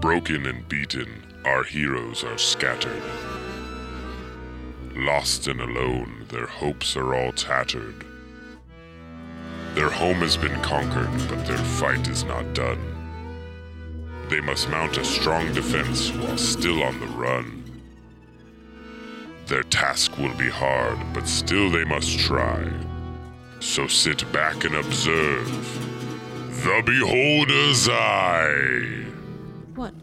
Broken and beaten, our heroes are scattered. Lost and alone, their hopes are all tattered. Their home has been conquered, but their fight is not done. They must mount a strong defense while still on the run. Their task will be hard, but still they must try. So sit back and observe. The Beholder's Eye! One,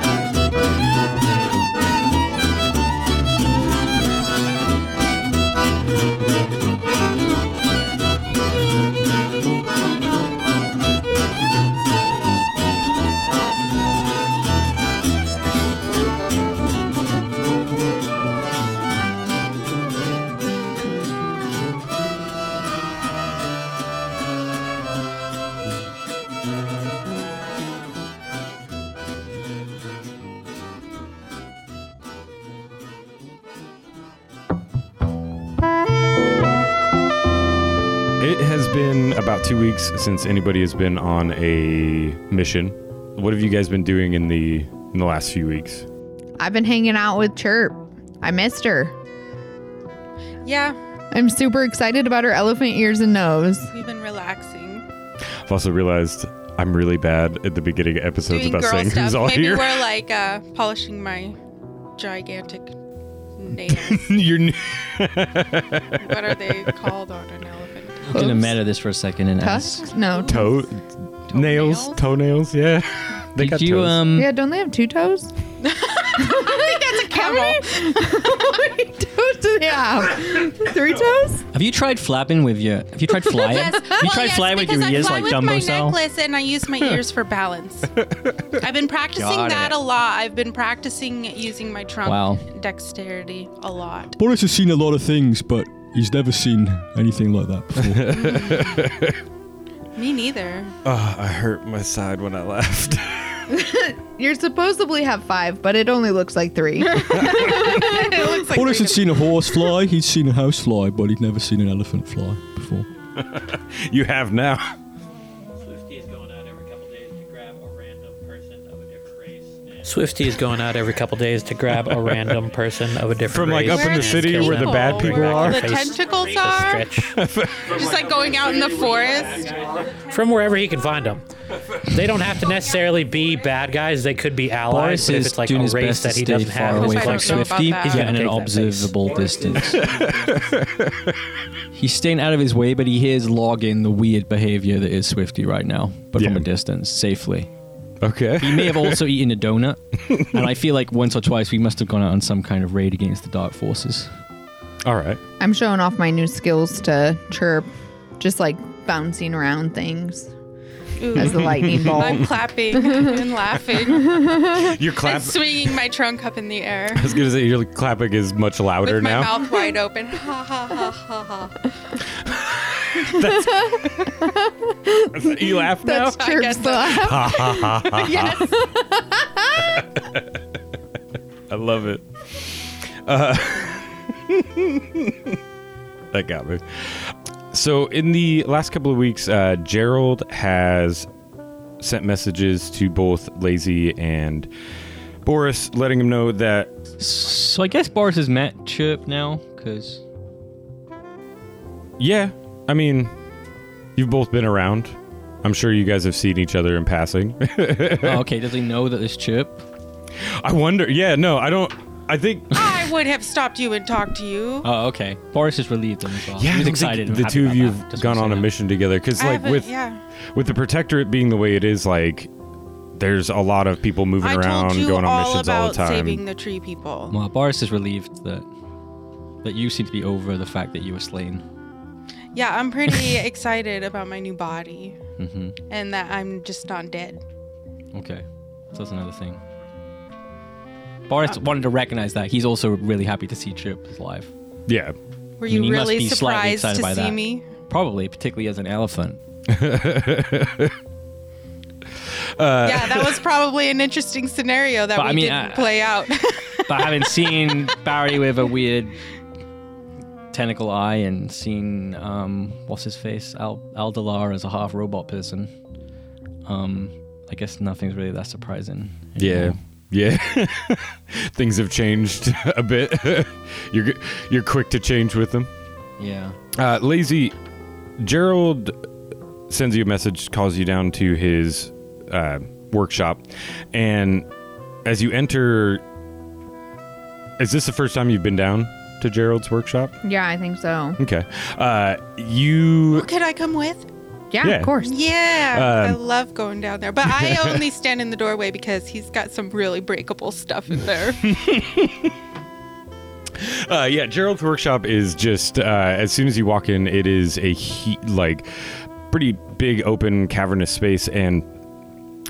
It has been about two weeks since anybody has been on a mission. What have you guys been doing in the in the last few weeks? I've been hanging out with Chirp. I missed her. Yeah, I'm super excited about her elephant ears and nose. we've been relaxing. I've also realized I'm really bad at the beginning of episodes Doing about girl saying stuff. who's all Maybe here. we're like uh, polishing my gigantic nails. You're n- what are they called on an elephant? I'm gonna Oops. meta this for a second and ask. Tusks? No. T- toe nails, Toenails? toenails. Yeah, they Did got you toes. um? yeah, don't they have two toes? That's a camel. toes do they have? Three toes? Have you tried flapping with your? Have you tried flying? have you Well, tried Oh, yes, flying with your because I ears fly like with my Dumbo style? necklace and I use my ears for balance. I've been practicing Got that it. a lot. I've been practicing using my trunk Wow. dexterity a lot. Boris has seen a lot of things, but he's never seen anything like that before. Me neither. Ah, I hurt my side when I laughed. You're supposedly have five, but it only looks like three. It looks like Boris had seen a horse fly, he'd seen a house fly, but he'd never seen an elephant fly before. Oh, you have now. Swifty is going out every couple days to grab a random person of a different race. Swifty is going out every couple days to grab a random person of a different From, like, race. up in the and city kill where the them. bad Bring people back are? their The face tentacles to are stretch. just like going out in the forest. From wherever he can find them. They don't have to necessarily be bad guys. They could be Boris allies. But if is it's like doing a his best race to that he stay doesn't have, far it's away Which I from like don't know about Swifty. that. He's Yeah, at an take that face. observable distance. He's staying out of his way, but he is logging the weird behavior that is Swifty right now, but from Yeah. a distance, safely. He Okay. may have also eaten a donut, and I feel like once or twice we must have gone out on some kind of raid against the dark forces. All right. I'm showing off my new skills to chirp, just like bouncing around things as the lightning bolt. I'm clapping and laughing You're and clapping. swinging my trunk up in the air I was gonna say your clapping is much louder with my now. mouth wide open. Ha ha ha ha ha. you laugh now. That's chirp's laugh. Yes. I love it. Uh, that got me. So, in the last couple of weeks, uh, Gerald has sent messages to both Lazy and Boris, letting them know that So I guess Boris has met Chirp now, because Yeah, I mean, you've both been around. I'm sure you guys have seen each other in passing. oh, okay, does he know that it's Chirp? I wonder. Yeah, no, I don't. I think. I would have stopped you and talked to you. Oh, okay. Boris is relieved as well. Yeah, I don't he was think excited. and The happy two of about you that. have Just gone wanna on a say that. mission together because, I like, haven't- with yeah. with the protectorate being the way it is, like, there's a lot of people moving I around, told you going on all missions about all the time. saving the tree people. Well, Boris is relieved that that you seem to be over the fact that you were slain. Yeah, I'm pretty excited about my new body and that I'm just not dead. Okay, so that's another thing. Boris Uh, wanted to recognize that. He's also really happy to see Chirp is alive. yeah, Were I you mean, he must really be slightly surprised to excited by see that. me? Probably, particularly as an elephant. yeah, that was probably an interesting scenario that But we I mean, didn't I- play out. But having seen Barry with a weird Tentacle Eye and seen um, what's his face Al Aldalar as a half robot person. Um, I guess nothing's really that surprising. Yeah. anymore. Yeah. Things have changed a bit. you're g- you're quick to change with them. yeah. Uh, Lazy Gerald sends you a message, calls you down to his uh, workshop, and as you enter, is this the first time you've been down to Gerald's workshop? Yeah, I think so. Okay. Uh, you. Could I come with? Yeah, Yeah. of course. Yeah, I love going down there, but I only stand in the doorway because he's got some really breakable stuff in there. Uh, yeah, Gerald's workshop is just uh, as soon as you walk in, it is a he- like pretty big open cavernous space, and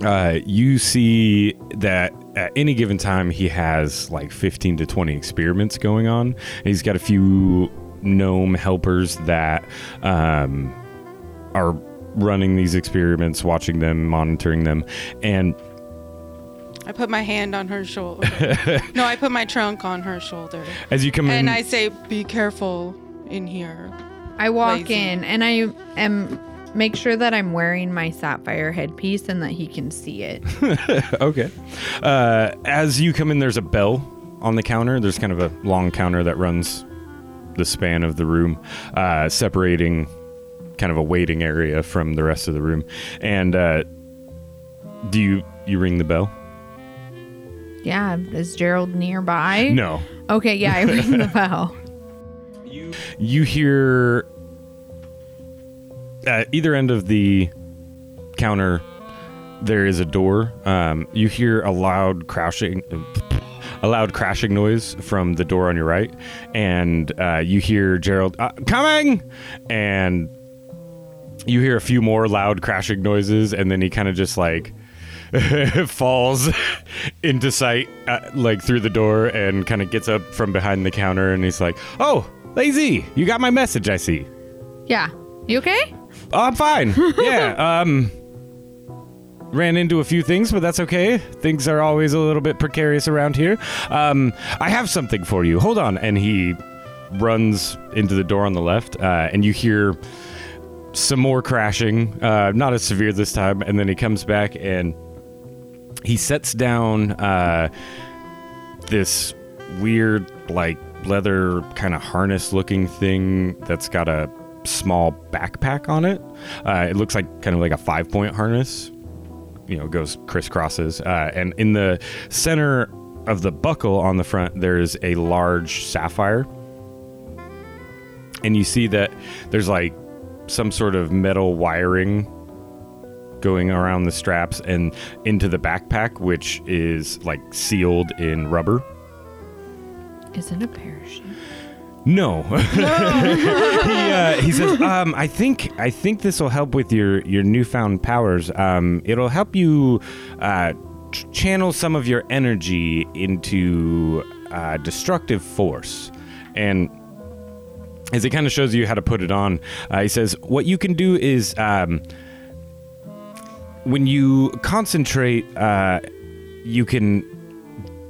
uh, you see that at any given time he has like 15 to 20 experiments going on. He's got a few gnome helpers that um, are running these experiments, watching them, monitoring them, and I put my hand on her shoulder. no, I put my trunk on her shoulder, as you come in, and I say, "Be careful in here." I walk Lazy. in and I am make sure that I'm wearing my sapphire headpiece and that he can see it. Okay. Uh, as you come in, there's a bell on the counter. There's kind of a long counter that runs the span of the room, uh, separating kind of a waiting area from the rest of the room. And uh, do you you ring the bell? yeah, is Gerald nearby? No. Okay, yeah, I ring the bell. You hear at either end of the counter. There is a door. Um, you hear a loud crashing, a loud crashing noise from the door on your right, and uh, you hear Gerald uh, coming, and you hear a few more loud crashing noises, and then he kind of just like falls into sight, uh, like through the door, and kind of gets up from behind the counter, and he's like, "Oh, lazy, you got my message, I see. Yeah. You okay? Oh, I'm fine. yeah, um." Ran into a few things, but that's okay. Things are always a little bit precarious around here. Um, I have something for you. Hold on. And he runs into the door on the left, uh, and you hear some more crashing. Uh, not as severe this time. And then he comes back and he sets down uh, this weird, like leather kind of harness-looking thing that's got a small backpack on it. Uh, it looks like kind of like a five-point harness. You know, goes crisscrosses, uh, and in the center of the buckle on the front, there's a large sapphire and you see that there's like some sort of metal wiring going around the straps and into the backpack, which is like sealed in rubber. Is it a parachute? No, he, uh, he says, um, "I think I think this will help with your your newfound powers. Um, it'll help you uh, ch- channel some of your energy into uh, destructive force." And as he kind of shows you how to put it on, uh, he says, "What you can do is um, when you concentrate, uh, you can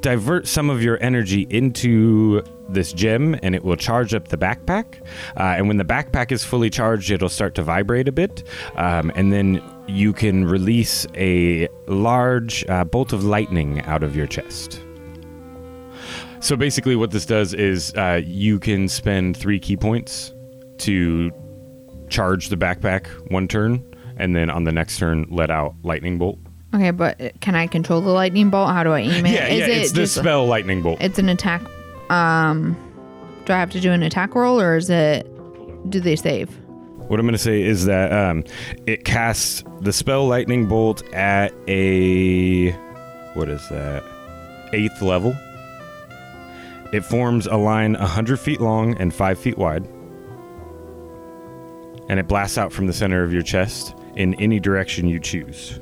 divert some of your energy into this gem and it will charge up the backpack. Uh, and when the backpack is fully charged, it'll start to vibrate a bit. Um, and then you can release a large uh, bolt of lightning out of your chest. So basically, what this does is uh, you can spend three key points to charge the backpack one turn, and then on the next turn, let out lightning bolt. Okay, but can I control the lightning bolt? How do I aim it? yeah, yeah, it's the spell lightning bolt. it's an attack um do I have to do an attack roll or is it do they save? What I'm going to say is that um, it casts the spell Lightning Bolt at a. What is that? Eighth level. It forms a line 100 feet long and 5 feet wide. And it blasts out from the center of your chest in any direction you choose.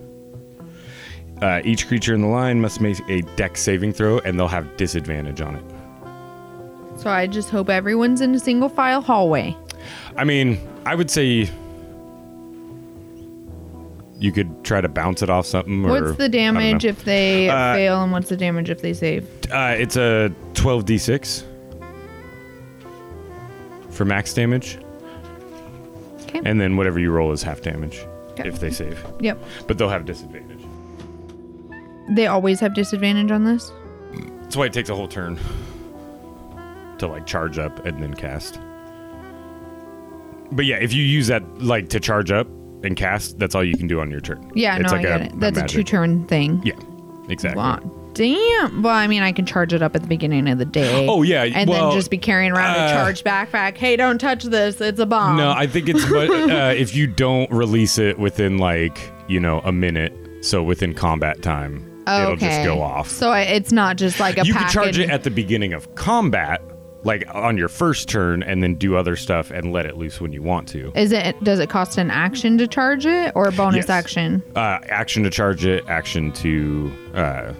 Uh, each creature in the line must make a deck saving throw, and they'll have disadvantage on it. So I just hope everyone's in a single file hallway. I mean, I would say you could try to bounce it off something. Or, What's I the don't damage know. if they Uh, fail and what's the damage if they save? uh, it's a twelve d six for max damage, Okay. and then whatever you roll is half damage Okay. if they save. yep. But they'll have disadvantage. They always have disadvantage on this. That's why it takes a whole turn to like charge up and then cast. But yeah, if you use that like to charge up and cast, that's all you can do on your turn. Yeah, It's no, like I get it. That's a two turn thing. Yeah, exactly. Wow. Damn. Well, I mean, I can charge it up at the beginning of the day. Oh, yeah, and well, then just be carrying around uh, a charged backpack. Hey, don't touch this. It's a bomb. No, I think it's but uh, if you don't release it within like you know a minute, so within combat time, okay. it'll just go off. So I- it's not just like a. you packet. could charge it at the beginning of combat, like on your first turn, and then do other stuff and let it loose when you want to. Is it? Does it cost an action to charge it or a bonus Yes. action? Uh, action to charge it, action to uh,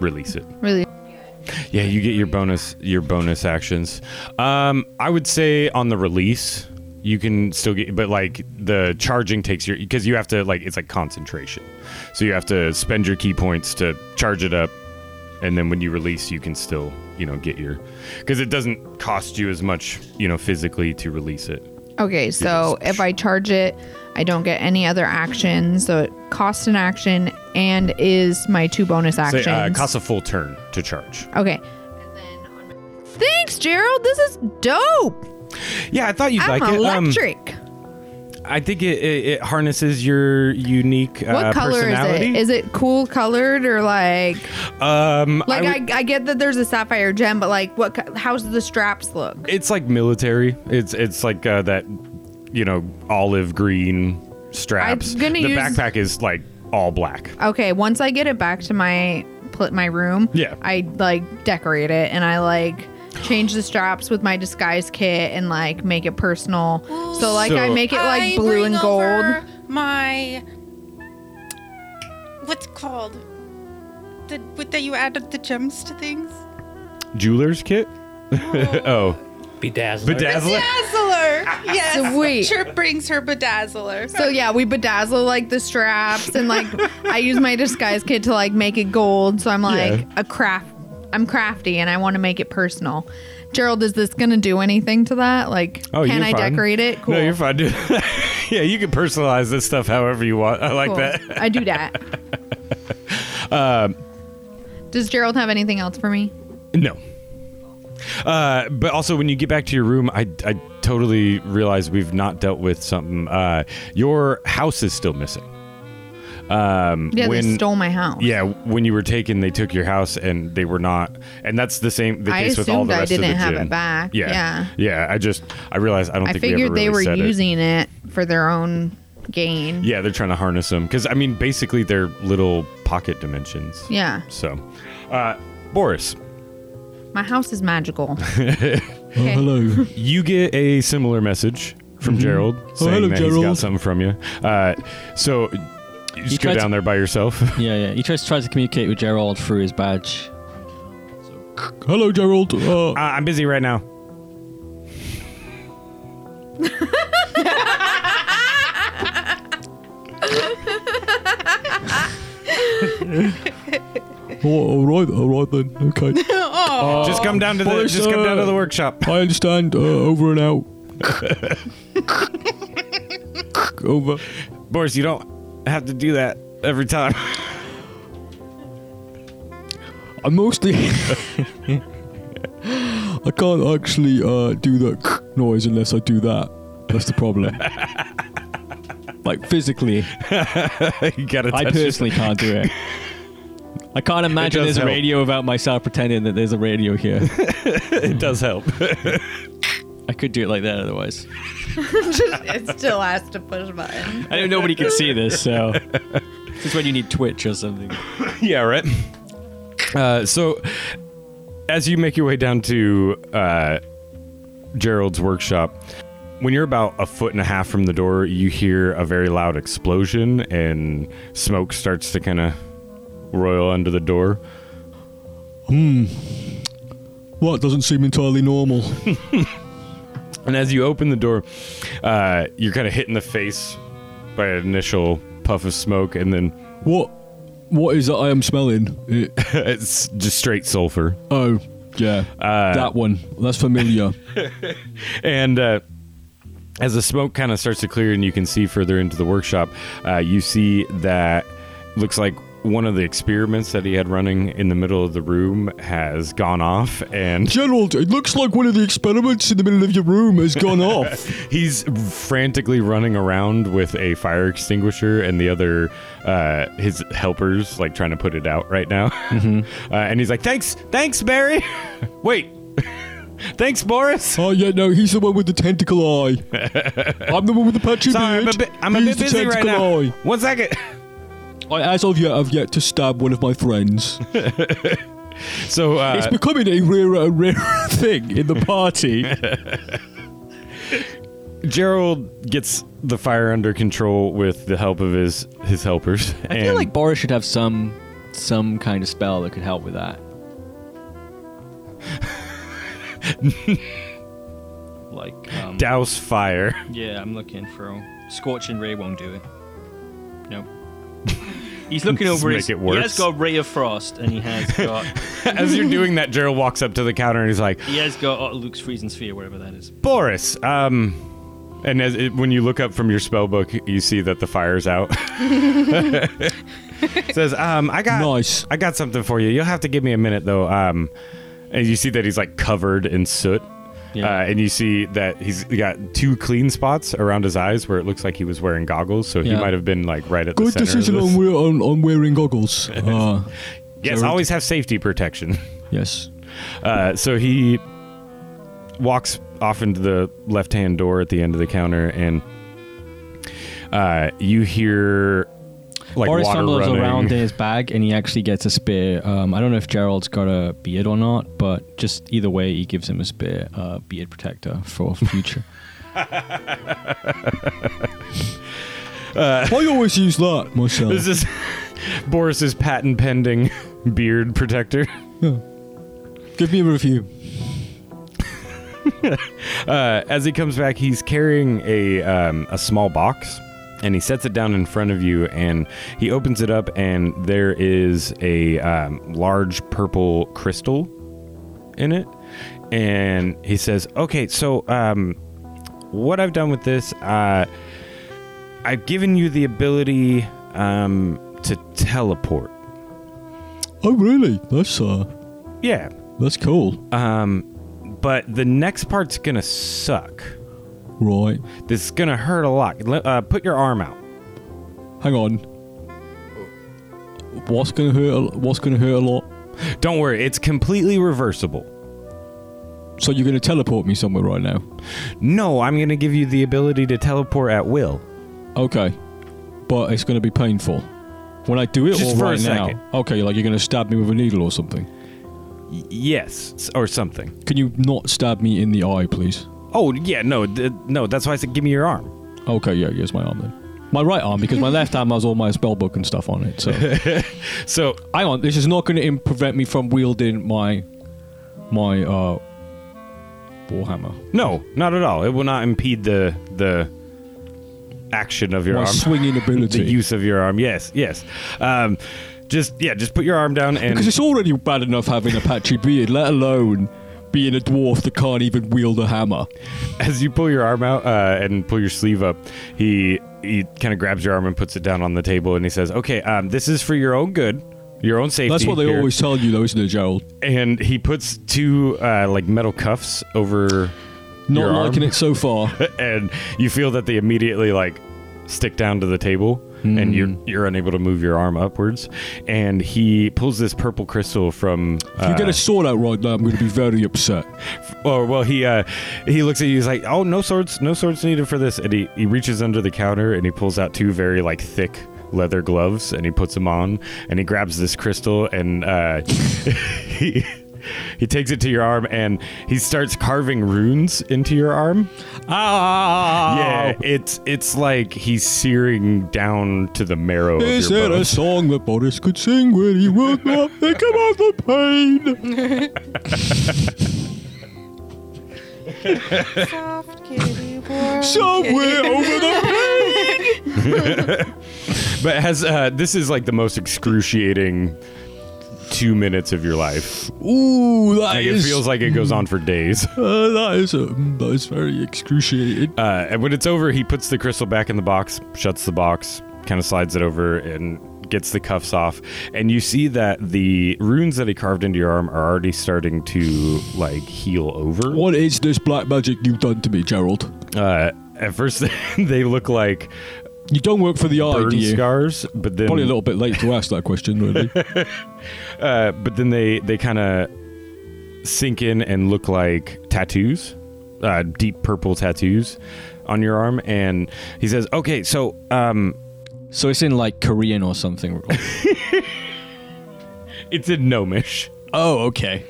release it. Really? Yeah, you get your bonus your bonus actions. Um, I would say on the release, you can still get, but like the charging takes your because you have to like it's like concentration, so you have to spend your key points to charge it up, and then when you release, you can still you know get your because it doesn't cost you as much you know physically to release it. Okay. So Yes. if I charge it, I don't get any other action. So it costs an action and is my two bonus actions. Say, uh, it costs a full turn to charge. okay. Thanks, Gerald. This is dope. Yeah, I thought you'd I'm like it. Um, electric. I think it, it, it harnesses your unique uh, What color is it? personality. Is it cool colored or like um, like would- I, I, get that there's a sapphire gem, but like what co- how's the straps look? It's like military. It's it's like uh, that, you know, olive green straps. I'm gonna the use- backpack is like all black. Okay, once I get it back to my pl- my room, Yeah. I like decorate it and I like change the straps with my disguise kit and like make it personal. So like I So- make it like I blue bring and gold. over my what's it called the with that you added the gems to things. Jeweler's kit. oh, Bedazzler. bedazzler. Bedazzler. yes. Sweet. Chirp brings her bedazzler. So yeah, we bedazzle like the straps and like I use my disguise kit to like make it gold. So I'm like a craft I'm crafty and I want to make it personal. Gerald, is this gonna do anything to that? Like Oh, can you're I fine. decorate it? Cool. No, you're fine. dude. yeah, you can personalize this stuff however you want. I like Cool. that. Um, I do that. Does Gerald have anything else for me? No. Uh, but also, when you get back to your room, I, I totally realize we've not dealt with something. Uh, your house is still missing. Um, Yeah, when, they stole my house. Yeah, when you were taken, they took your house, and they were not. And that's the same the I case with all assumed the I rest of the didn't have gym. it back, Yeah, yeah. yeah. I just I realized I don't I think figured we they ever really were said it. using it. for their own gain. Yeah, they're trying to harness them because I mean, basically, they're little pocket dimensions. Yeah. So, uh, Boris, My house is magical. Okay. hello. you get a similar message from Gerald saying Mm-hmm. Oh, hello, that he's got Gerald. something from you. Uh, so you just go tried to- down there by yourself. Uh, Yeah, yeah. He tries tries to communicate with Gerald through his badge. hello, Gerald. Uh, Uh, I'm busy right now. all- all right, all right then. Okay. just come down to the Oh, Boris, just come down to uh, the workshop. I understand. Uh, over and out. over. Boris, you don't have to do that every time. I mostly. I can't actually uh, do the noise unless I do that. That's the problem. like physically, you gotta I touch it. personally can't do it. I can't imagine does there's help. a radio without myself pretending that there's a radio here. It does help. I could do it like that otherwise. it still has to push a button. I know nobody can see this, so this is when you need Twitch or something. yeah, right. Uh, so, as you make your way down to uh, Gerald's workshop, when you're about a foot and a half from the door, you hear a very loud explosion and smoke starts to kind of roil under the door. well, it doesn't seem entirely normal. And as you open the door, uh, you're kind of hit in the face by an initial puff of smoke and then What? What is that I am smelling? It, it's just straight sulfur. oh, Yeah. that one. That's familiar. and uh, as the smoke kind of starts to clear and you can see further into the workshop uh, you see that looks like one of the experiments that he had running in the middle of the room has gone off and Gerald, it looks like one of the experiments in the middle of your room has gone off. he's frantically running around with a fire extinguisher and the other uh, his helpers like trying to put it out right now Mm-hmm. uh, and he's like thanks thanks barry wait thanks boris Oh yeah, no, he's the one with the tentacle eye. I'm the one with the patchy Sorry, I'm beard. a bit, I'm a bit he's the busy right now. tentacle One second. eye. I, as of yet, I've yet to stab one of my friends. So uh, it's becoming a rarer and rarer thing in the party. Gerald gets the fire under control with the help of his his helpers. I feel like Boris should have some some kind of spell that could help with that. like um, douse fire. yeah, I'm looking for scorching ray won't do it. Nope. He's looking Just over make his. it He worse. has got ray of frost, and he has got As you're doing that, Gerald walks up to the counter and he's like, he has got uh, Luke's freezing sphere, whatever that is. "Boris, um." And as it, when you look up from your spell book, you see that the fire's out. Says, um, I got Nice. I got something for you. You'll have to give me a minute though. Um, and you see that he's like covered in soot. Uh, and you see that he's got two clean spots around his eyes where it looks like he was wearing goggles, so he Yeah. might have been like right at Good the center. decision of on, this. wear, on, on wearing goggles. Uh, Yes, Gerald. always have safety protection. yes. Uh, so he walks off into the left hand door at the end of the counter, and uh, you hear like Boris water fumbles running. around in his bag and he actually gets a spear. Um, I don't know if Gerald's got a beard or not, but just either way, he gives him a spear, uh, beard protector for future. I always use that myself. This is Boris's patent pending beard protector. Give me a review. Uh, as he comes back, he's carrying a um, a small box, and he sets it down in front of you, and he opens it up, and there is a um, large purple crystal in it, and he says, "Okay, so um, what I've done with this, uh, I've given you the ability um, to teleport. Oh really? That's uh, Yeah, that's cool. but the next part's gonna suck. right. This is gonna hurt a lot. Le- uh, put your arm out." Hang on. What's gonna hurt? A, what's gonna hurt a lot? Don't worry, it's completely reversible. So you're gonna teleport me somewhere right now? No, I'm going to give you the ability to teleport at will. Okay, but it's gonna be painful when I do it. Just or for a right now? second. Okay, like you're gonna stab me with a needle or something. Y- yes, s- or something. Can you not stab me in the eye, please? Oh, yeah, no, th- no, that's why I said give me your arm. Okay, yeah, here's my arm then. My right arm, because my left arm has all my spell book and stuff on it. So hang So, on, this is not gonna im- prevent me from wielding my my uh warhammer, no, not at all. It will not impede the the action of your my arm. swinging ability. the use of your arm. Yes, yes. Um just yeah, just put your arm down and Because it's already bad enough having a patchy beard, let alone being a dwarf that can't even wield a hammer. as you pull your arm out uh, and pull your sleeve up, he he kind of grabs your arm and puts it down on the table and he says, "Okay, um, this is for your own good, your own safety." That's what they here." always tell you, though, isn't it, Gerald? and he puts two uh, like metal cuffs over Not Your liking arm. it so far. and you feel that they immediately like stick down to the table and you're you're unable to move your arm upwards and he pulls this purple crystal from if you uh, get a sword out right now, I'm going to be very upset. or well he uh he looks at you he's like oh no swords no swords needed for this and he, he reaches under the counter and he pulls out two very like thick leather gloves and he puts them on and he grabs this crystal and uh he he takes it to your arm and he starts carving runes into your arm Oh. Ah! yeah it's it's like he's searing down to the marrow of Is your it a bones. song that Boris could sing when he woke up and come out the pain? Soft kitty war. Somewhere over the pain! but has uh this is like the most excruciating two minutes of your life. Ooh, that Like it is- feels like it goes on for days. uh, that is a, that is very excruciating. Uh, and when it's over, he puts the crystal back in the box, shuts the box, kind of slides it over, and gets the cuffs off. And you see that the runes that he carved into your arm are already starting to like heal over. What is this black magic you've done to me, Gerald? Uh, at first, they look like You don't work for the eye, do burn you? scars, but then Oh, Probably a little bit late to ask that question, really. uh, but then they they kind of sink in and look like tattoos, uh, deep purple tattoos on your arm. And he says, "Okay, so um, So it's in like Korean or something. it's in gnomish." oh, okay.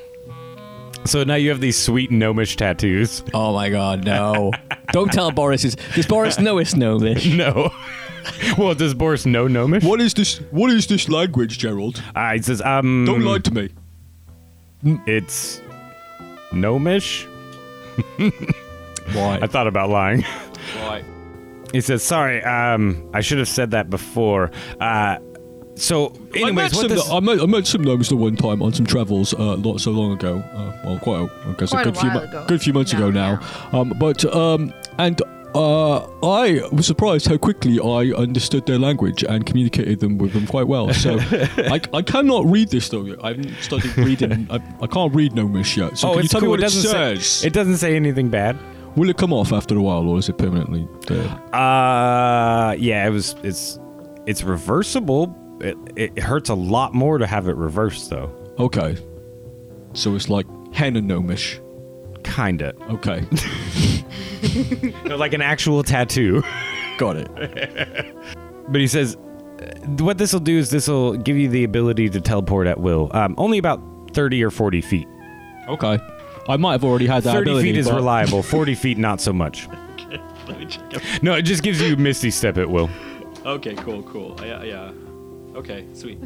So now you have these sweet gnomish tattoos. Oh my god, no. Don't tell Boris. Is, does Boris know it's Gnomish? No. well, does Boris know gnomish? what is this? What is this language, Gerald? Uh, he says, um, Don't lie to me. It's gnomish. Why? I thought about lying. Why? He says, "Sorry, um, I should have said that before." Uh, so, I anyways, met some. what this? I met, I met some gnomes the one time on some travels, uh, not so long ago. Uh, well, quite. a- I guess Quite a good a few. while mo- ago. Good few months ago Now, now. Um, but um, and uh, I was surprised how quickly I understood their language and communicated them with them quite well. So I, I cannot read this though. yet. I haven't studied reading. I, I can't read gnomish yet. So oh, can you it's tell cool. me what it it, doesn't says? say. It doesn't say anything bad. Will it come off after a while, or is it permanently there? Uh, yeah, it was. It's it's reversible. It, it hurts a lot more to have it reversed, though. Okay. So it's like hen and gnomish. Kinda, Okay, like an actual tattoo. got it. But he says, uh, what this will do is this will give you the ability to teleport at will. Um, only about 30 or 40 feet. Okay. I might have already had that 30 ability. feet is but- reliable, 40 feet, not so much. No, it just gives you Misty Step at will. Okay, cool, cool. I, uh, yeah. Okay, sweet.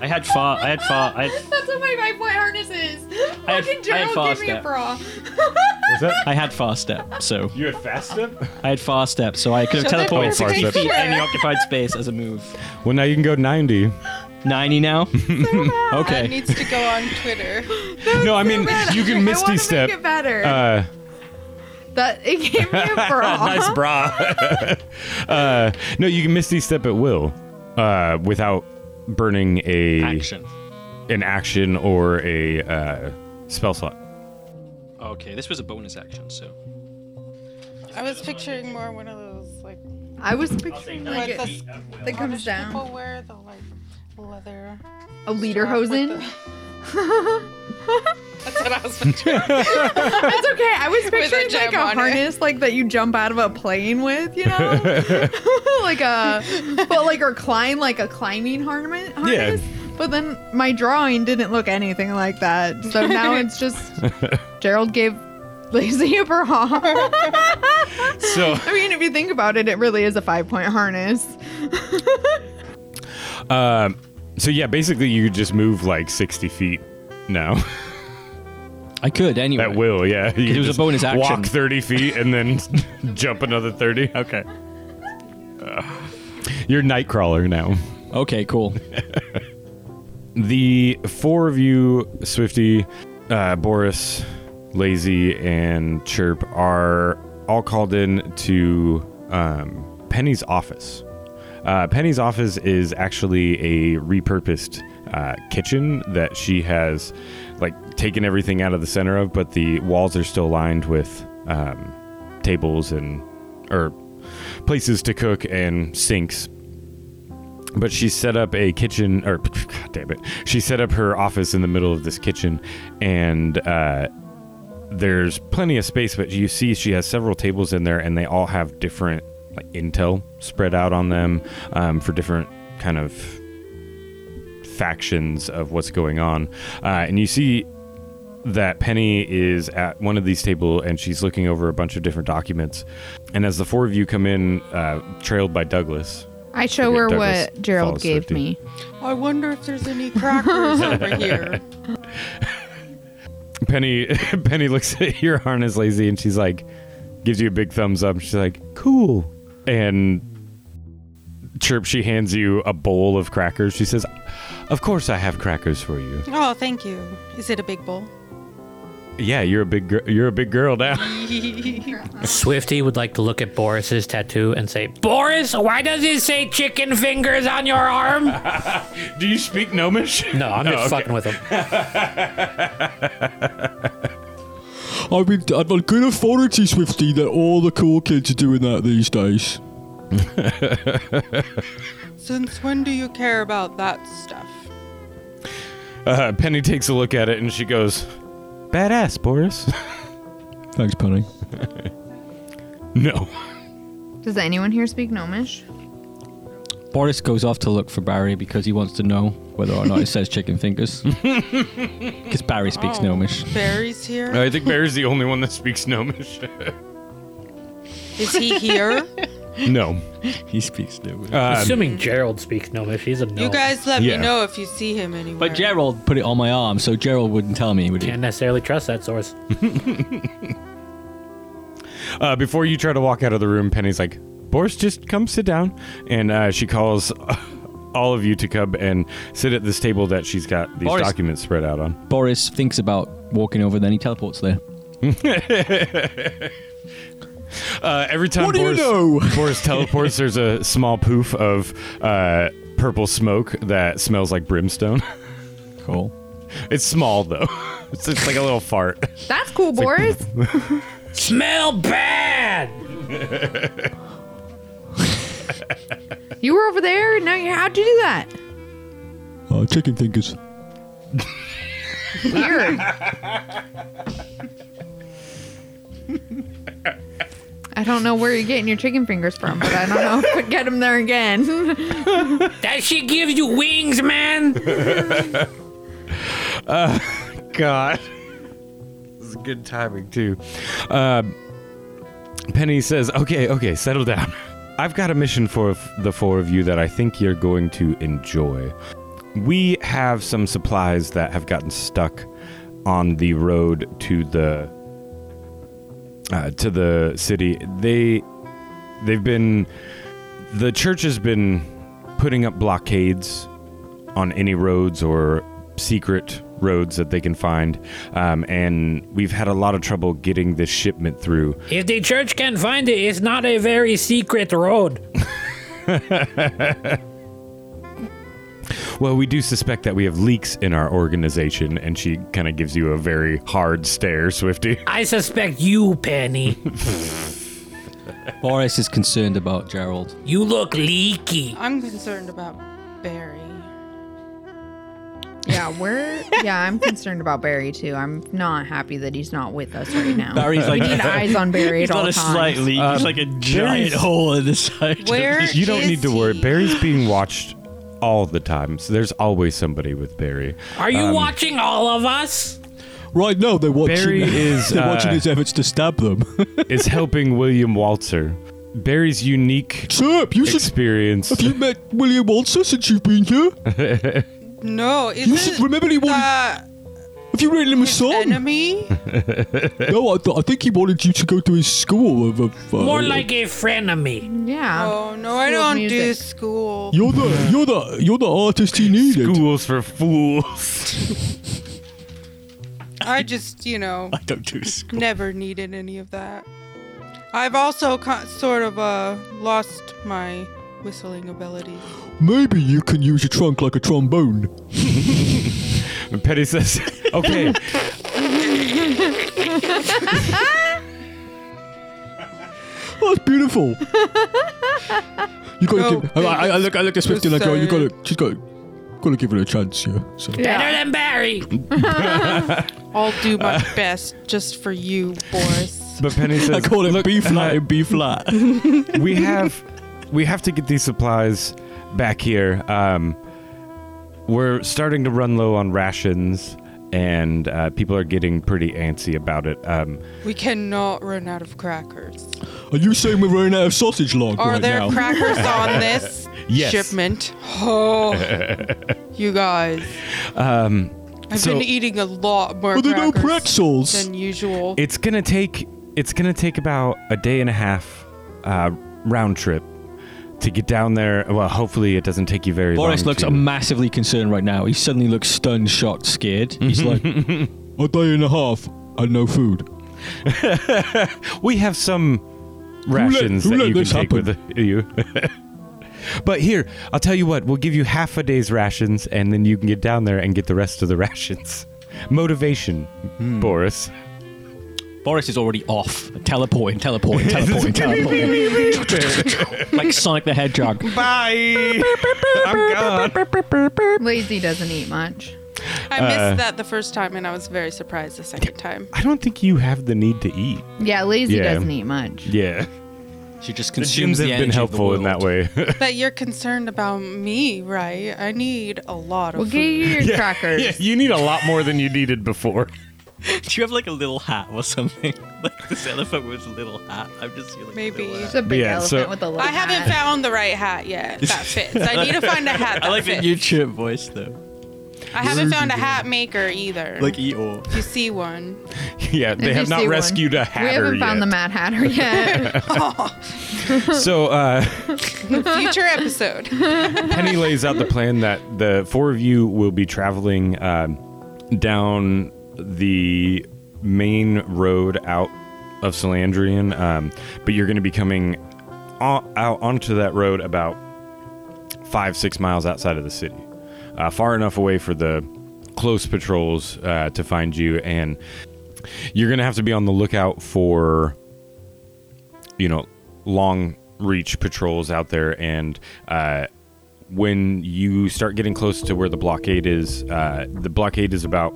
I had far. I had far. I had, That's what my my boy harness is. I had, Fucking I had Gerald far gave me a step. bra. I had far step. So You had Fast Step? I had far step. So I could have Show them teleported Oh, far 60 step. feet any occupied space as a move. Well, now you can go 90. 90 now. That okay. needs to go on Twitter. no, I mean, you I can Misty wanna Step. Make it better. Uh, that it gave me a bra. nice bra. uh, no, you can Misty Step at will uh, without burning a Action. an action or a uh, spell slot. Okay, this was a bonus action. So I was picturing more one of those like I was picturing like like it the that comes down. people wear the like leather. uh, A leader hosen. That's what I was picturing. It's okay. I was picturing gem like a on it. harness like that you jump out of a plane with, you know? like a but like or climb like a climbing harness. harness. But then my drawing didn't look anything like that. So now it's just Gerald gave Lazy a bra. So. I mean, if you think about it, it really is a five point harness. Um, so yeah, basically you could just move like 60 feet now. I could anyway. At will, yeah. You It was a just bonus action. Walk 30 feet and then jump another 30. Okay. You're Nightcrawler now. Okay, cool. The four of you, Swifty, uh, Boris, Lazy, and Chirp, are all called in to um, Penny's office. Uh, Penny's office is actually a repurposed uh, kitchen that she has like taken everything out of the center of, but the walls are still lined with um, tables and or places to cook and sinks but she set up a kitchen, or God damn it, she set up her office in the middle of this kitchen, and uh, there's plenty of space. But you see, she has several tables in there, and they all have different like intel spread out on them um, for different kind of factions of what's going on. Uh, and you see that Penny is at one of these table and she's looking over a bunch of different documents. And as the four of you come in, uh, trailed by Douglas, I show Okay, her Douglas what Gerald follows gave Swifty. me. I wonder if there's any crackers over here. Penny Penny looks at your harness lazy and she's like gives you a big thumbs up. She's like, "Cool." And chirp, she hands you a bowl of crackers. She says, Of course I have crackers for you. Oh, thank you. Is it a big bowl? Yeah, you're a big gir- you're a big girl now. Swifty would like to look at Boris's tattoo and say, Boris, why does it say chicken fingers on your arm? Do you speak gnomish? No, I'm just okay. fucking with him. I've been I've got good authority, Swifty, that all the cool kids are doing that these days. Since when do you care about that stuff? Uh, Penny takes a look at it and she goes, "Badass, Boris." Thanks, Penny. no. Does anyone here speak gnomish? Boris goes off to look for Barry because he wants to know whether or not it says chicken fingers. Because Barry speaks gnomish. Barry's here? I think Bear's the only one that speaks gnomish. Is he here? no. He speaks gnomish. Assuming Gerald speaks gnomish, he's a no. You guys let Yeah. me know if you see him anywhere. but Gerald put it on my arm, so Gerald wouldn't tell me, would he? can't necessarily trust that source. Uh, before you try to walk out of the room, Penny's like, Boris, just come sit down. And uh, she calls all of you to come and sit at this table that she's got these Boris. documents spread out on. Boris thinks about walking over, then he teleports there. Uh, every time What do you Boris, know? Boris teleports, there's a small poof of uh, purple smoke that smells like brimstone. Cool. It's small, though. It's, it's like a little fart. That's cool, Boris. Smell bad! you were over there. Now you how'd you do that? Uh, chicken fingers. Weird. I don't know where you're getting your chicken fingers from, but I don't know if we'd get them there again. That shit gives you wings, man! God. This is good timing, too. Uh, Penny says, Okay, okay, settle down. I've got a mission for f- the four of you that I think you're going to enjoy. We have some supplies that have gotten stuck on the road to the uh, to the city. They they've been the church has been putting up blockades on any roads or secret roads that they can find. Um, and we've had a lot of trouble getting this shipment through. If the church can find it, it's not a very secret road. Well, we do suspect that we have leaks in our organization. And she kind of gives you a very hard stare, Swifty. I suspect you, Penny. Boris is concerned about Gerald. You look leaky. I'm concerned about Barry. yeah, we're yeah, I'm concerned about Barry too. I'm not happy that he's not with us right now. Barry's like, we need eyes on Barry at all times. leak. He's like a giant hole in the side. Where You don't is need to worry. he? Barry's being watched all the time. So there's always somebody with Barry. Are you watching all of us? Right now, they're watching. Barry is, they're uh, watching his efforts to stab them. is helping William Walzer. Barry's unique Chirp, you should. experience. Have you met William Walter since you've been here? No, is You it, should remember he wanted. uh, have you written him a song? enemy? No, I, th- I think he wanted you to go to his school. Of, of, uh, More like a frenemy. Yeah. Oh no, I School don't do music. school. You're the you're the you're the artist he needed. Schools for fools. I just, you know, I don't do school. never needed any of that. I've also co- sort of uh lost my whistling abilities. Maybe you can use your trunk like a trombone. Petty says, "Okay, That's beautiful. you gotta No, give. Oh, I, I, I look. I look at Swifty like, oh, you sorry. gotta. She's got. Gotta give it a chance, yeah. So. Better than Barry. I'll do my best just for you, Boris. but Penny I says, call it Look, B flat uh, and B flat. we have, we have to get these supplies back here. Um, we're starting to run low on rations, and uh, people are getting pretty antsy about it. Um, We cannot run out of crackers. Are you saying we're running out of sausage log Are right there now? crackers on this Yes. shipment? Oh, you guys. um, I've So- been eating a lot more Are there no crackers pretzels? than usual. it's gonna take, it's gonna take about a day and a half uh, round trip to get down there. Well, hopefully it doesn't take you very Boris long. looks to- massively concerned right now. He suddenly looks stunned, shocked, scared. He's Mm-hmm. like, a day and a half and no food. we have some rations who let that you can this take with you. but here, I'll tell you what. We'll give you half a day's rations, and then you can get down there and get the rest of the rations. Motivation, Boris. Boris is already off. Teleporting, teleporting, teleporting, teleporting. like Sonic the Hedgehog. Bye. I'm gone. Oh. Lazy doesn't eat much. I uh, missed that the first time, and I was very surprised the second time. I don't think you have the need to eat. Yeah, lazy Yeah. doesn't eat much. Yeah. She just The gyms consumes the have been energy of the helpful in world. that way. But you're concerned about me, right? I need a lot of Well, food. get you your Yeah, crackers. yeah, you need a lot more than you needed before. Do you have like a little hat or something? Like this elephant with a little hat. I'm just feeling. Maybe. It's a big Yeah, elephant so- with a little I haven't hat. found the right hat yet that fits. I need to find a hat that I like the fits. YouTube voice though. I haven't found a hat maker either. Like Eeyore. you see one. yeah, they Did have you not see one? rescued a We hatter haven't found the Mad Hatter yet. yet. So uh, Future episode. Penny lays out the plan that the four of you will be traveling um, down the main road out of Solandrian, um, but you're going to be coming o- out onto that road about five, six miles outside of the city, uh, far enough away for the close patrols uh, to find you, and you're going to have to be on the lookout for you know long reach patrols out there and uh, when you start getting close to where the blockade is uh, the blockade is about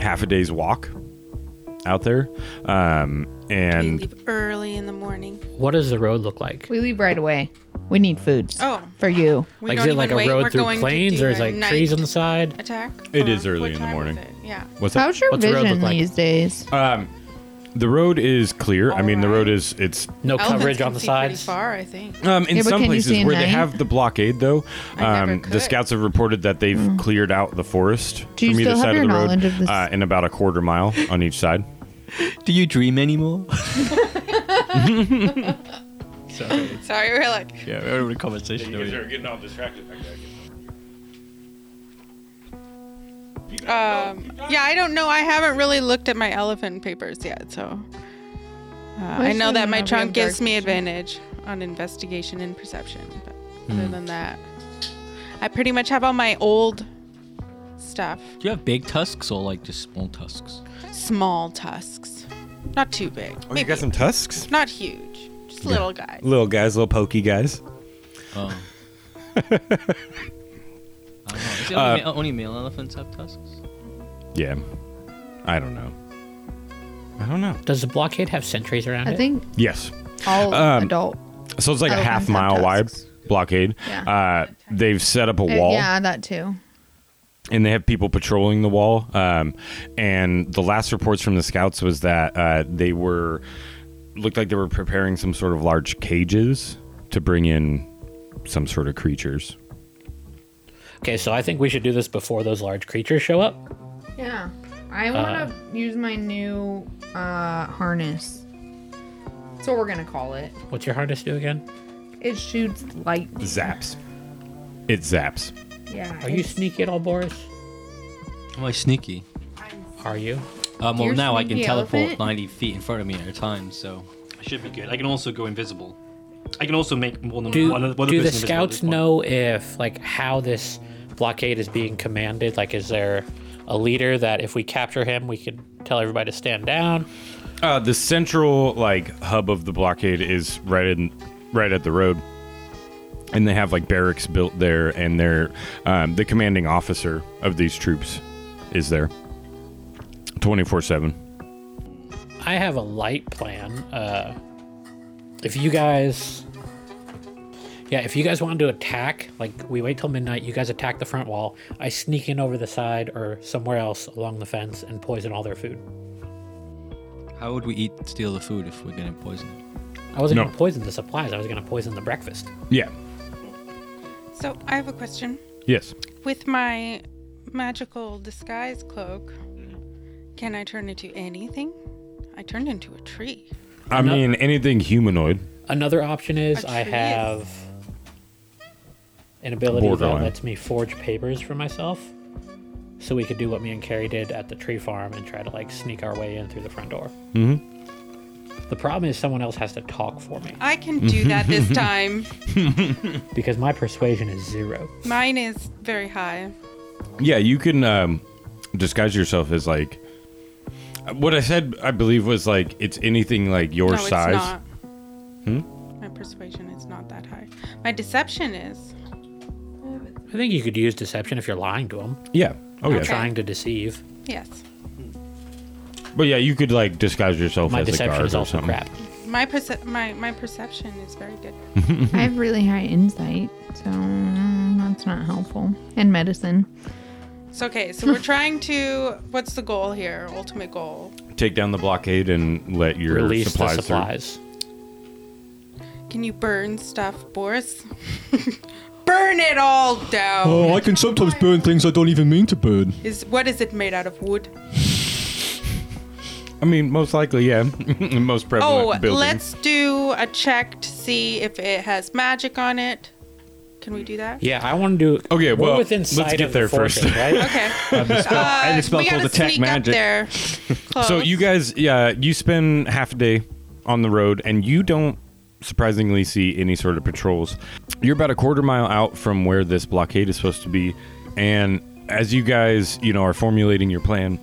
half a day's walk out there um, We and leave early in the morning. What does the road look like? we leave right away. We need food. Oh. For you. We like don't is it like even a wait. We're road through going to plains, do or is a like night trees on the side? attack? It Or is early what in the time morning. is it? Yeah. what's that? How's your What's the road vision look like? these days? Uh, the road is clear i mean the Alright. road is it's No Elephants coverage can on the see pretty sides. Far, I think. Um, in Yeah, but some can you see places at where they night? have the blockade, though, I never um, the could. scouts have reported that they've cleared out the forest Hmm. Do you from either still have side your of the road knowledge of this? uh, in about a quarter mile on each side. Do you dream anymore? Sorry. Sorry, we're like. Yeah, we're having a conversation. over here. getting all distracted back there. Um, yeah, I don't know. I haven't really looked at my elephant papers yet, so. Uh, I Where's know your that my Navi trunk of gives me Darkness? advantage on investigation and perception. But Hmm. other than that, I pretty much have all my old stuff. Do you have big tusks or like just small tusks? Small tusks. Not too big. Oh, you got some tusks? Not huge. Just little guys. Little guys, little pokey guys. Oh. I don't know. Is it only, ma- only male elephants have tusks? Yeah. I don't know. I don't know. Does the blockade have sentries around I it? think Yes. all Um, adult. So it's like a half Elephants Oh, have mile wide tusks. blockade. Yeah. Uh, they've set up a wall. Yeah, that too. and they have people patrolling the wall. Um, and the last reports from the scouts was that uh, they were looked like they were preparing some sort of large cages to bring in some sort of creatures. Okay, so I think we should do this before those large creatures show up. Yeah. I want to Uh. use my new uh, harness. That's what we're going to call it. What's your harness do again? It shoots lightning. Zaps. It zaps. Yeah. Are you sneaky at all, Boris? Am I sneaky? Are you? Um, well, You're now I can sneaky teleport elephant? 90 feet in front of me at a time, so. I should be good. I can also go invisible. I can also make more than Do, one. other- one do other the person invisible at this scouts point. know if, like, how this blockade is being commanded? Like, is there a leader that if we capture him, we could tell everybody to stand down? Uh, the central like hub of the blockade is right in right at the road, and they have like barracks built there, and they're um, the commanding officer of these troops is there, twenty four seven. I have a light plan. Uh, if you guys, yeah, if you guys want to attack, like we wait till midnight, you guys attack the front wall. I sneak in over the side or somewhere else along the fence and poison all their food. How would we eat, steal the food if we're gonna poison it? I wasn't No. gonna poison the supplies. I was gonna poison the breakfast. Yeah. So I have a question. Yes. With my magical disguise cloak, can I turn into anything? I turned into a tree. I mean, anything humanoid. Another option is I tree is- have an ability that Borderline. lets me forge papers for myself. So we could do what me and Carrie did at the tree farm and try to like sneak our way in through the front door. Mm-hmm. The problem is someone else has to talk for me I can do that this time. because my persuasion is zero. Mine is very high. Yeah, you can um, disguise yourself as like what I said. I believe was like it's anything like your no, size. Hmm? it's not. My persuasion is not that high. My deception is. I think you could use deception if you're lying to them. Yeah. Oh or yeah. trying to deceive. Yes. But yeah, you could like disguise yourself My as a deception guard is or also something. crap. My perce- my my perception is very good. I have really high insight, so mm, that's not helpful. And medicine. So okay, so we're trying to. What's the goal here? Ultimate goal. Take down the blockade and let your Release supplies, the through. supplies. Can you burn stuff, Boris? burn it all down. Oh, I can sometimes burn things I don't even mean to burn. Is what is it made out of? Wood. I mean, most likely, yeah. most prevalent Oh, buildings. let's do a check to see if it has magic on it. Can we do that? Yeah, I want to do. Okay, we're well, within let's sight get of there the fortress, first. right? Okay. I had a Uh, spell we called gotta Detect sneak Magic. up there. So Close. you guys, yeah, you spend half a day on the road, and you don't surprisingly see any sort of patrols. You're about a quarter mile out from where this blockade is supposed to be, and as you guys, you know, are formulating your plan,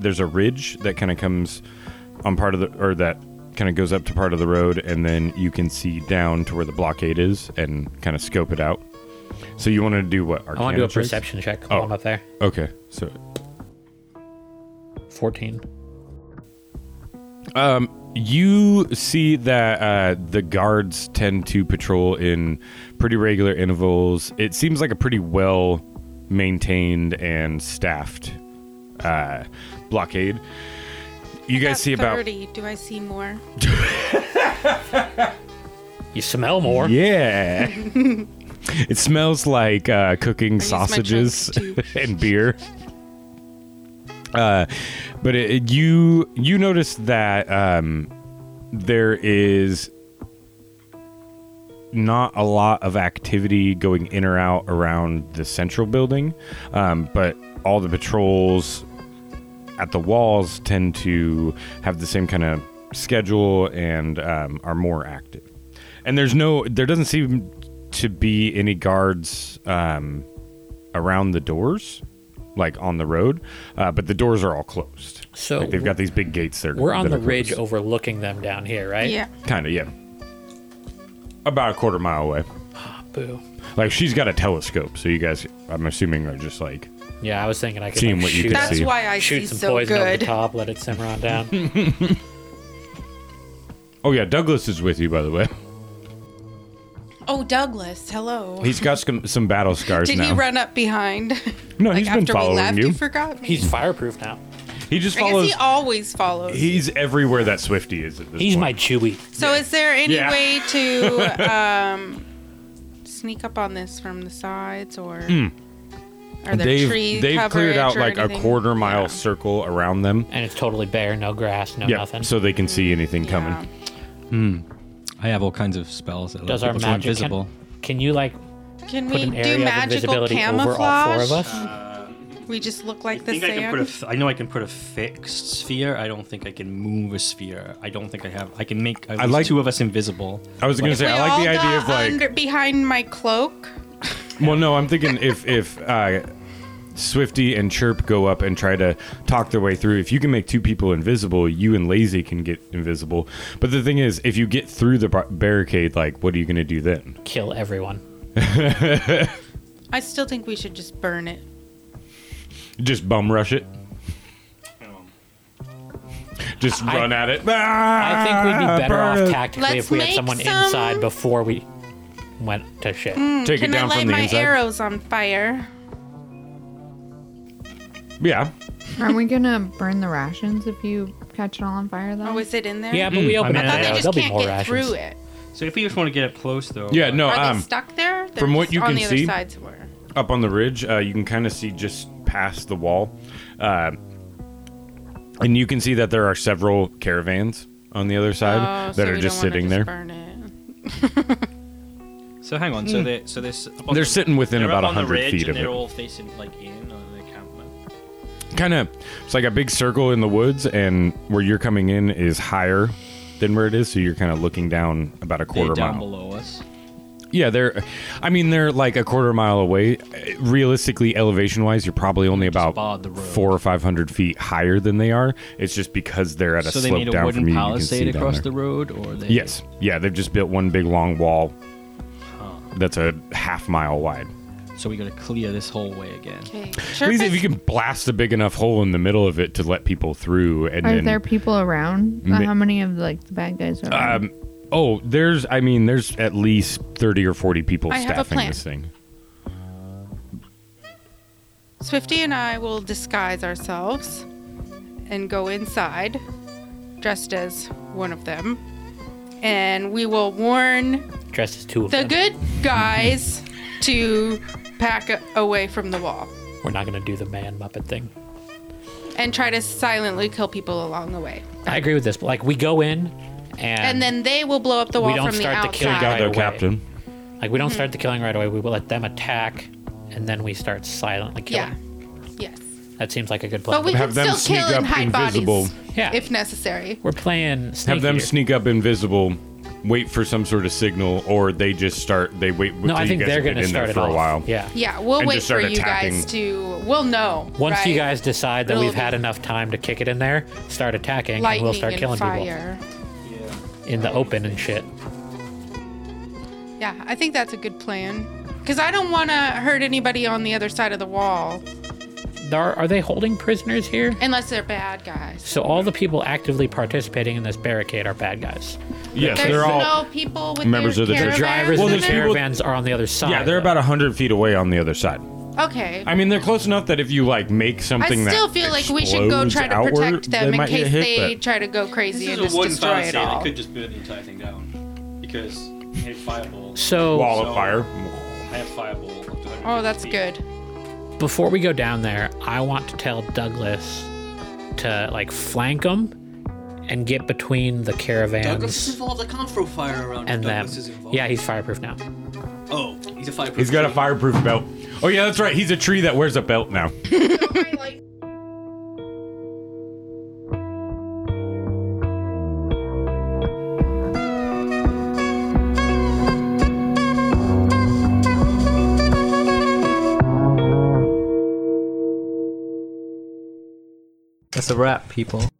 there's a ridge that kind of comes on part of the, or that kind of goes up to part of the road, and then you can see down to where the blockade is and kind of scope it out. So you want to do what? I want to do Arcana a checks? perception check while Oh. I'm up there. Okay, so 14. Um, you see that uh, the guards tend to patrol in pretty regular intervals. It seems like a pretty well maintained and staffed uh, blockade. You I guys got see about 30. Do I see more? You smell more. yeah. it smells like uh, cooking use my sausages chunks and beer. Uh, but it, it- you you notice that um, there is not a lot of activity going in or out around the central building, um, but all the patrols at the walls tend to have the same kind of schedule and um, are more active. And there's no, there doesn't seem to be any guards um, around the doors, like on the road, uh, but the doors are all closed. So like they've got these big gates there. We're on that the are ridge overlooking them down here, right? Yeah. Kind of, yeah. About a quarter mile away. Boo. Like she's got a telescope, so you guys, I'm assuming, are just like Yeah, I was thinking I could Seeing like, what you shoot, can That's see. why I shoot see some so poison over the good. top, let it simmer on down. Oh yeah, Douglas is with you by the way. Oh, Douglas. Hello. He's got some, some battle scars Did now. he run up behind? No, like he's been after following we left, you. He forgot me. He's fireproof now. He just I guess follows. he always follows. he's everywhere that Swifty is at this He's my point. Chewy. so is there any Yeah. way to um, sneak up on this from the sides or are there Hmm. they've tree they've coverage cleared out or like anything? a quarter mile Yeah. circle around them. And it's totally bare, no grass, no Yeah, nothing. so they can see anything coming. Yeah. I have all kinds of spells that Does let our people turn magic invisible. Can, can you like Can put we an area do of magical invisibility over all four camouflage? of us? We just look I like the think I sand. can put a. F- I know I can put a fixed sphere. I don't think I can move a sphere. I don't think I have. I can make. I like- like two of us invisible. I was gonna say we I like all the idea got of like. under, behind my cloak. Well, no, I'm thinking if if uh, Swifty and Chirp go up and try to talk their way through, if you can make two people invisible, you and Lazy can get invisible. But the thing is, if you get through the bar- barricade, like, what are you going to do then? Kill everyone. I still think we should just burn it. Just bum rush it? Just I- run at it? I think we'd be better Ah, burn off it. tactically Let's if we had make someone some- Mm. inside before we went to shit. Take Can it down I light from the my inside. arrows on fire? Yeah. Are we gonna burn the rations if you catch it all on fire though? Oh, is it in there? Yeah, Mm. but we open mean, up I thought the they yeah, arrow. just There'll be can't more get rations. through it. So if we just want to get up close, though. Yeah, no, Are they um, stuck there? They're from what just you on can the see- other side somewhere. up on the ridge, uh, you can kind of see just past the wall, uh, and you can see that there are several caravans on the other side Oh, that so are we just don't wanna sitting just there. Burn it. So hang on. Hmm. So they so this They're sitting within about on the 100 ridge feet and of they're it. all facing like in on the encampment. Kind of, it's like a big circle in the woods, and where you're coming in is higher than where it is, so you're kind of looking down about a quarter They're down mile. below us. Yeah, they're. I mean, they're like a quarter mile away. Realistically, elevation wise, you're probably only about barred the road. four or five hundred feet higher than they are. It's just because they're at a So they slope made a down wooden from you. You can see palisade down across there. the road, or they Yes. Yeah, they've just built one big long wall that's a half mile wide. So we gotta clear this hallway again. Okay. Please, Sherpas, if you can blast a big enough hole in the middle of it to let people through, and Are then there people around? Ma- How many of like the bad guys are? around? um, oh, there's I mean, there's at least thirty or forty people I have a staffing plan. this thing. Swifty and I will disguise ourselves and go inside dressed as one of them. And we will warn Dressed as two of the them. good guys to pack a- away from the wall We're not gonna do the man Muppet thing. and try to silently kill people along the way. I agree with this, but like we go in and, And then they will blow up the We wall don't from start the the killing outside. Right guy. away. Captain. like we hmm. don't start the killing right away, we will let them attack and then we start silently Yeah. killing. Yes. That seems like a good plan. But we Have them can still sneak kill and up hide invisible. bodies Yeah. if necessary. We're playing Snake Have them Eater. sneak up invisible, wait for some sort of signal, or they just start. They wait. No, till I you think guys they're have been gonna in there start it for off. a while. Yeah. Yeah, we'll And wait just start for you attacking. guys to. We'll know. Once you right? guys decide that It'll we've had be- enough time to kick it in there, start attacking, and lightning we'll start and killing fire. people in the open and shit. Yeah, I think that's a good plan. Because I don't want to hurt anybody on the other side of the wall Are, are they holding prisoners here? unless they're bad guys. So all the people actively participating in this barricade are bad guys. Yes, There's they're all. no people with members their of the- The The caravans drivers Well, in and the there's there? people- caravans are on the other side. yeah, they're though. about hundred feet away on the other side. Okay. I mean, they're close enough that if you like make I something, still that feel like we should go explodes try to outward, protect them they in might get case hit, they but- try to go crazy This and is just a wooden destroy it palisade. all. They could just burn the entire thing down because I have fireball. So wall So- of fire. I have fireball. up to 150 Oh, that's feet. good. before we go down there, I want to tell Douglas to like flank them and get between the caravans Douglas is Involved, I can't throw fire around. if and them. Douglas is involved. Yeah, he's fireproof now. Oh, he's a fireproof. He's got a tree. fireproof belt. Oh yeah, that's right. He's a tree that wears a belt now. That's a wrap, people.